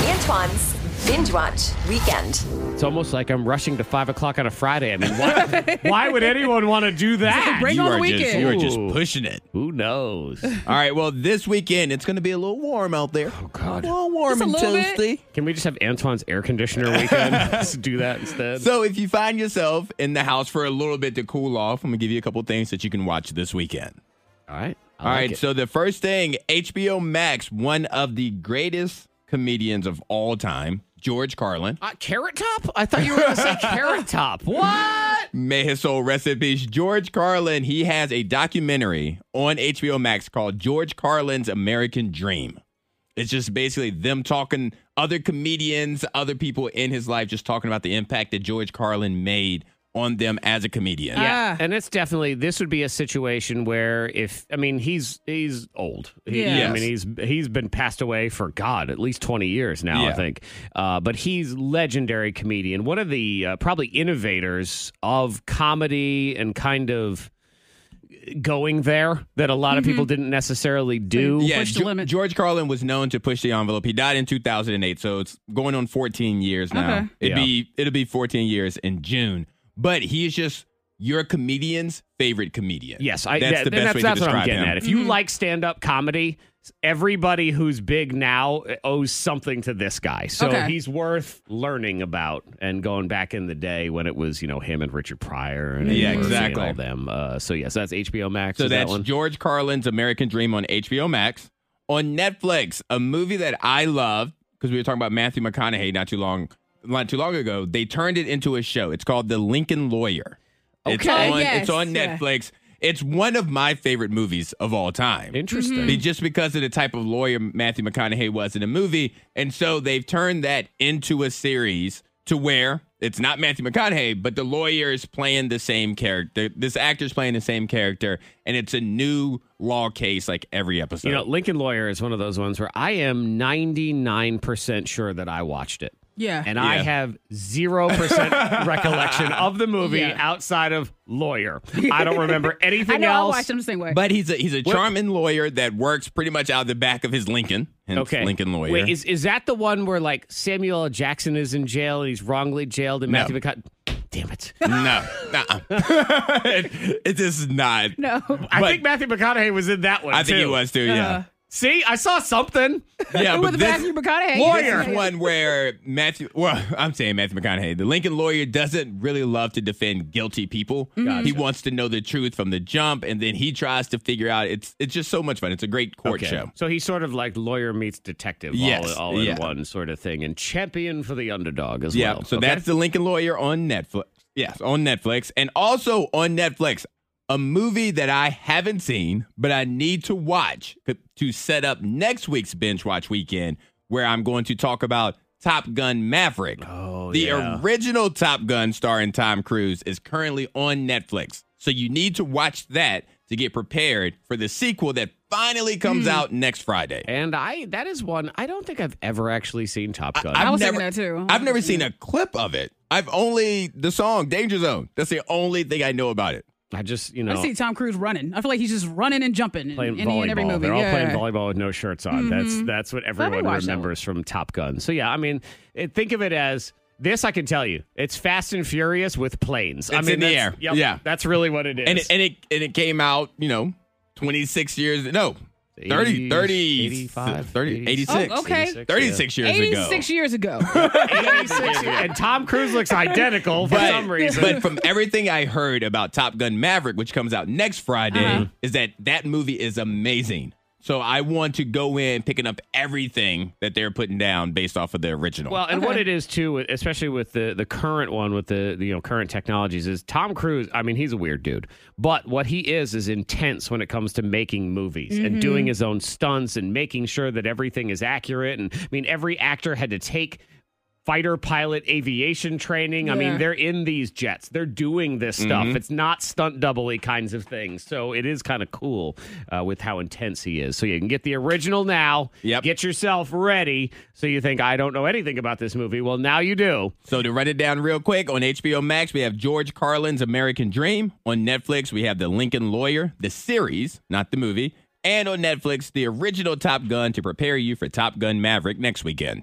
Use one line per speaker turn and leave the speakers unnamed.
Antoine's Binge Watch Weekend.
It's almost like I'm rushing to five o'clock on a Friday. I mean, why, why would anyone want to do that?
Bring
you
on the
are just you are
weekend.
just
Ooh.
pushing it.
Who knows?
All right. Well, this weekend it's going to be a little warm out there. Oh
God.
a little warm
Just a
and
little bit.
toasty.
Can we just have Antoine's air conditioner weekend? Let's do that instead.
So if you find yourself in the house for a little bit to cool off, I'm gonna give you a couple things that you can watch this weekend.
All right. I
All right.
like it.
So the first thing, HBO Max, one of the greatest comedians of all time, George Carlin.
Uh, carrot top? I thought you were going to say carrot top. What?
May his soul rest in peace. George Carlin, he has a documentary on HBO Max called George Carlin's American Dream. It's just basically them talking, other comedians, other people in his life, just talking about the impact that George Carlin made on them as a comedian.
Yeah,
Ah.
and it's definitely this would be a situation where if I mean he's he's old. He-
Yeah.
I
Yes.
mean he's he's been passed away for God at least twenty years now. I
Yeah.
think, uh, but he's legendary comedian, one of the uh, probably innovators of comedy and kind of going there that a lot of
Mm-hmm.
people didn't necessarily do.
Yeah. pushed the
Ge-
limit.
George Carlin was known to push the envelope. He died in 2008, so it's going on 14 years now.
Okay.
It'd
Yeah.
be it'll be 14 years in June. But he is just your comedian's favorite comedian.
Yes, I,
that's
that- and
the best
that's,
way
that's
to
what
describe
I'm getting
him.
at. If
Mm-hmm.
you like stand-up comedy, everybody who's big now owes something to this guy. So
Okay.
he's worth learning about and going back in the day when it was you know him and Richard Pryor and Eddie
Yeah,
Murphy
exactly.
and all them. Uh, so yes, that's HBO Max.
So
is that
that's
one.
George Carlin's American Dream on HBO Max. On Netflix, a movie that I love because we were talking about Matthew McConaughey not too long not too long ago. They turned it into a show. It's called The Lincoln Lawyer. It's
Okay. Oh,
on,
Yes,
it's on
yeah.
Netflix. It's one of my favorite movies of all time.
Interesting.
Mm-hmm.
Be- Just because of the type of lawyer Matthew McConaughey was in the movie. And so they've turned that into a series to where it's not Matthew McConaughey, but the lawyer is playing the same character. This actor's playing the same character. And it's a new law case like every episode.
You know, Lincoln Lawyer is one of those ones where I am 99% sure that I watched it.
Yeah.
And I
Yeah.
have 0% recollection of the movie
Yeah.
outside of Lawyer. I don't remember anything
I know I
else.
watched them the same way.
but he's a he's a charming lawyer that works pretty much out the back of his Lincoln. Hence
Okay.
Lincoln lawyer.
Wait, is, is that the one where like Samuel L. Jackson is in jail and he's wrongly jailed and
No.
Matthew McConaughey? Damn it.
no. nuh-uh. it is not.
no.
I
But-
think Matthew McConaughey was in that one.
I think
too.
he was too,
Uh-huh.
yeah.
See, I saw something.
yeah,
With
but
Matthew McConaughey.
lawyer.
This is
one where Matthew, well, I'm saying Matthew McConaughey, the Lincoln lawyer doesn't really love to defend guilty people. He wants to know the truth from the jump, and then he tries to figure out. It's it's just so much fun. It's a great court show.
So he's sort of like lawyer meets detective,
Yes,
all, all in
yeah.
one sort of thing, and champion for the underdog as
Yeah,
well.
so
Okay.
that's the Lincoln lawyer on Netflix. Yes, on Netflix, and also on Netflix, a movie that I haven't seen but I need to watch c- to set up next week's binge watch weekend, where I'm going to talk about. Top Gun Maverick.
Oh,
the er-
yeah.
original Top Gun starring Tom Cruise is currently on Netflix. So you need to watch that to get prepared for the sequel that finally comes
Hmm.
out next Friday.
And I that is one I don't think I've ever actually seen Top Gun.
I was thinking that too.
I've never seen a clip of it. I've only the song Danger Zone. That's the only thing I know about it.
I just you
I
know
see Tom Cruise running. I feel like he's just running and jumping in
playing
any
volleyball.
and every movie.
They're all
yeah. Mm-hmm.
playing volleyball with no shirts on. That's that's what
I
everyone
watched that
remembers from Top Gun. So yeah, I mean, it, think of it as this. I can tell you, it's Fast and Furious with planes. I
It's
mean,
in the
that's-
air.
Yep,
Yeah.
that's really what it is.
And it, and it and it came out, you know, 26 years no, 30 30
85,
30 86.
Oh, okay.
36 years ago.
86 years ago.
86 and Tom Cruise looks identical for
But,
some reason.
but from everything I heard about Top Gun Maverick, which comes out next Friday,
Uh-huh.
is that that movie is amazing. So I want to go in picking up everything that they're putting down based off of the original.
Well, and what it is too, especially with the the current one with the, the you know current technologies, is Tom Cruise. I mean, he's a weird dude, but what he is is intense when it comes to making movies and doing his own stunts and making sure that everything is accurate. And I mean, every actor had to take fighter pilot aviation training. I mean,
Yeah.
they're in these jets. They're doing this stuff. It's not stunt doubly kinds of things. So it is kind of cool uh, with how intense he is. So you can get the original now.
Yep.
Get yourself ready. So you think I don't know anything about this movie? Well, now you do.
So to run it down real quick, on HBO Max, we have George Carlin's American Dream. On Netflix, we have The Lincoln Lawyer, the series, not the movie. And on Netflix, the original Top Gun to prepare you for Top Gun Maverick next weekend.